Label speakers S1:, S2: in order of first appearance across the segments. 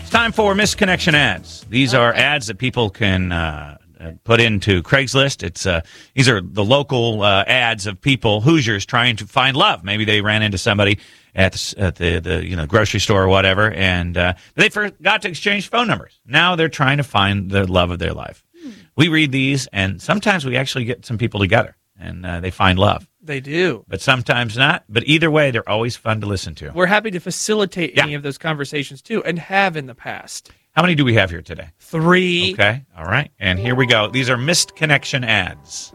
S1: It's time for misconnection ads. These are ads that people can uh, uh, put into Craigslist. It's uh, these are the local uh, ads of people Hoosiers trying to find love. Maybe they ran into somebody at the, s- at the, the you know grocery store or whatever, and uh, they forgot to exchange phone numbers. Now they're trying to find the love of their life. We read these, and sometimes we actually get some people together, and uh, they find love.
S2: They do.
S1: But sometimes not. But either way, they're always fun to listen to.
S2: We're happy to facilitate
S1: Yeah.
S2: any of those conversations too, and have in the past.
S1: How many do we have here today?
S2: Three.
S1: Okay. All right. And here we go. These are missed connection ads.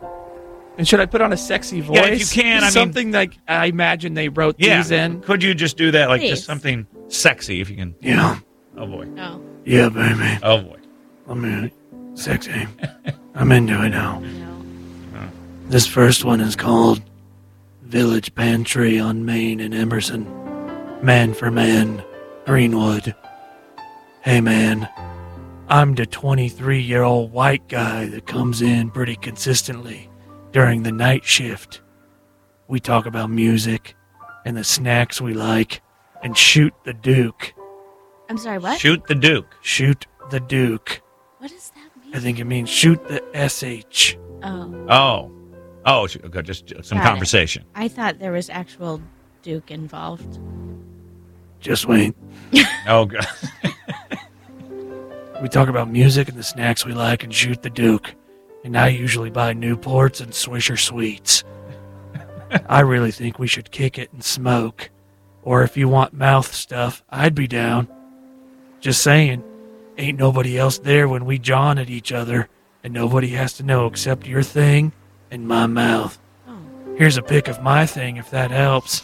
S2: And should I put on a sexy voice?
S1: Yeah, if you can, I mean-
S2: something like I imagine they wrote
S1: Yeah.
S2: these in.
S1: Could you just do that? Like just
S3: Please.
S1: something sexy if you can.
S4: Yeah,
S1: Oh, boy.
S3: Oh.
S4: yeah, baby.
S1: Oh, boy.
S4: I'm in it. Sexy. I'm into it now.
S3: No.
S4: This first one is called Village Pantry on Main and Emerson. Man for Man, Greenwood. Hey, man. I'm the 23 year old white guy that comes in pretty consistently during the night shift. We talk about music and the snacks we like and shoot the Duke.
S3: I'm sorry, what?
S1: Shoot the Duke.
S4: Shoot the Duke.
S3: What does that
S4: I
S3: mean?
S4: think it means shoot the SH.
S3: Oh,
S1: Oh. Oh, sh- okay, just just some
S3: Got it.
S1: conversation.
S3: I thought there was actual Duke involved.
S4: Just wait.
S1: Oh, God.
S4: We talk about music and the snacks we like and shoot the Duke. And I usually buy Newports and Swisher Sweets. I really think we should kick it and smoke. Or if you want mouth stuff, I'd be down. Just saying, ain't nobody else there when we jawn at each other, and nobody has to know except your thing and my mouth.
S3: Oh.
S4: Here's a pic of my thing if that helps.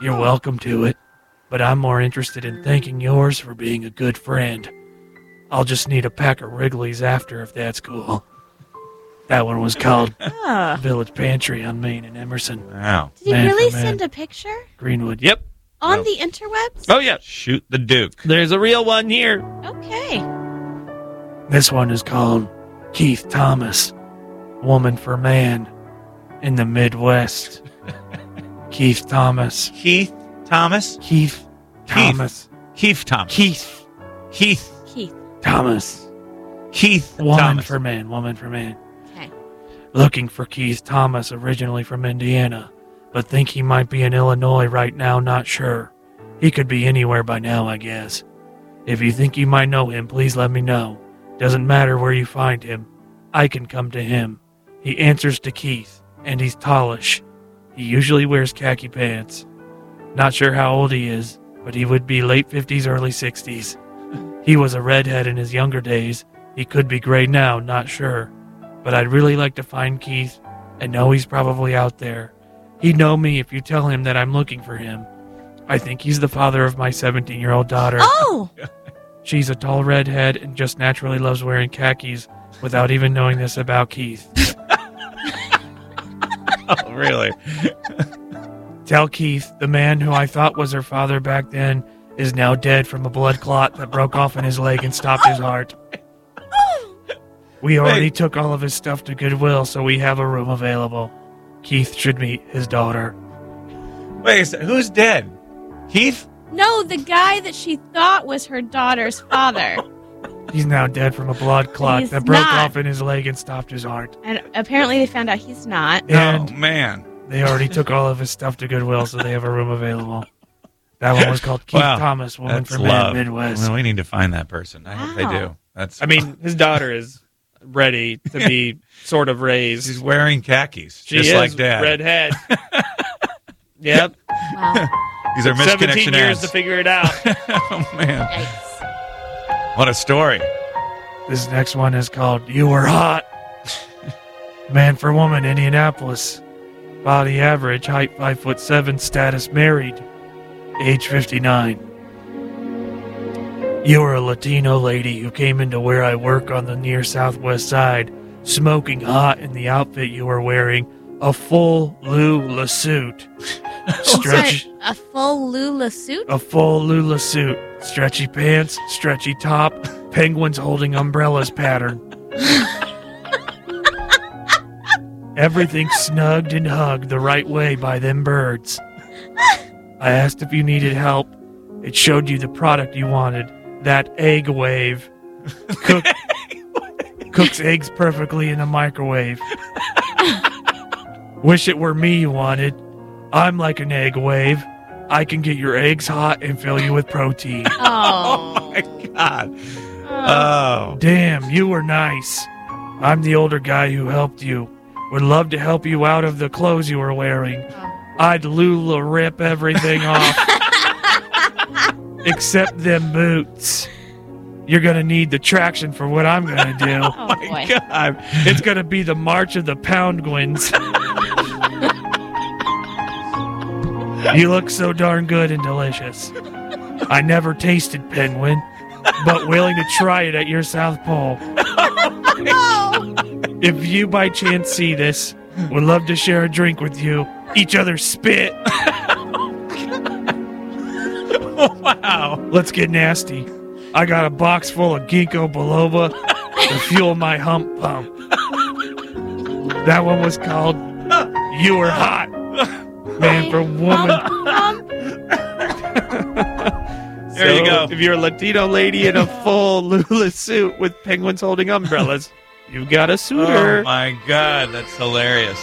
S4: You're welcome to it, but I'm more interested in thanking yours for being a good friend. I'll just need a pack of Wrigley's after if that's cool. That one was called
S3: Ah.
S4: Village Pantry on Main and Emerson,
S1: Wow.
S3: Did he
S4: Man for
S3: really
S4: man.
S3: send a picture
S4: Greenwood.
S2: Yep.
S3: on
S1: No.
S3: the interwebs?
S2: Oh yeah.
S1: Shoot the Duke.
S2: There's a real one here.
S3: Okay.
S4: This one is called Keith Thomas, Woman for Man in the Midwest. Keith Thomas.
S1: Keith Thomas.
S4: Keith Thomas.
S1: Keith Thomas.
S4: Keith
S1: Keith.
S3: Keith.
S4: Thomas.
S1: Keith
S4: Woman
S1: Thomas.
S4: for Man, Woman for Man.
S3: Okay.
S4: looking for Keith Thomas, originally from Indiana, but think he might be in Illinois right now, not sure. He could be anywhere by now, I guess. If you think you might know him, please let me know. Doesn't matter where you find him, I can come to him. He answers to Keith, and he's tallish. He usually wears khaki pants. Not sure how old he is, but he would be late 50s, early 60s. He was a redhead in his younger days. He could be gray now, not sure but I'd really like to find Keith and know he's probably out there. He'd know me if you tell him that I'm looking for him. I think he's the father of my 17 year old daughter.
S3: Oh,
S4: She's a tall redhead and just naturally loves wearing khakis without even knowing this about Keith.
S1: Oh, really?
S4: Tell Keith, the man who I thought was her father back then is now dead from a blood clot that broke off in his leg and stopped his heart. We already took all of his stuff to Goodwill, so we have a room available. Keith should meet his daughter.
S1: Wait, a sec- who's dead? Keith?
S3: no, the guy that she thought was her daughter's father.
S4: He's now dead from a blood clot
S3: He's
S4: that broke
S3: not.
S4: off in his leg and stopped his heart.
S3: and apparently they found out he's not.
S1: oh,
S4: And
S1: man.
S4: they already took all of his stuff to Goodwill, so they have a room available. That one was called Keith
S1: Wow.
S4: Thomas, Woman
S1: That's
S4: from
S1: love.
S4: Midwest.
S1: Well, we need to find that person. I hope they
S3: Wow.
S1: do. That's.
S2: I mean, his daughter is ready to be sort of
S1: she's
S2: raised.
S1: wearing khakis,
S2: She
S1: just
S2: is
S1: like Dad.
S2: redhead. yep.
S3: Wow.
S1: These are missed
S2: Seventeen
S1: connection
S2: years
S1: ads.
S2: to figure it out.
S1: oh man,
S3: Yikes.
S1: what a story!
S4: This next one is called You Were Hot. Man for Woman, Indianapolis. Body average, height 5 foot 7, status married, age 59. You were a Latino lady who came into where I work on the near southwest side, smoking hot in the outfit you were wearing, a full Lula suit. Stretch
S3: Sorry, a full Lula suit?
S4: a full Lula suit, stretchy pants, stretchy top, penguins holding umbrellas pattern. Everything snugged and hugged the right way by them birds. I asked if you needed help. It showed you the product you wanted, that egg wave cook, cooks eggs perfectly in the microwave. Wish it were me you wanted. I'm like an egg wave. I can get your eggs hot and fill you with protein.
S3: Oh,
S1: My God.
S3: Oh.
S1: Oh.
S4: Damn, you were nice. I'm the older guy who helped you. Would love to help you out of the clothes you were wearing. I'd lula rip everything off. Except them boots. You're gonna need the traction for what I'm gonna do.
S3: Oh,
S1: My
S3: boy.
S1: God.
S4: It's gonna be the march of the poundguins. you look so darn good and delicious. I never tasted penguin, but willing to try it at your South Pole.
S3: Oh,
S4: If you by chance see this, would love to share a drink with you. Each other spit.
S1: Wow.
S4: Let's get nasty. I got a box full of ginkgo biloba to fuel my hump pump. That one was called You Were Hot. Man for woman.
S3: Um,
S1: There you go.
S2: If you're a Latino lady in a full Lula suit with penguins holding umbrellas, you've got a suitor.
S1: Oh, my Oh, God. That's hilarious.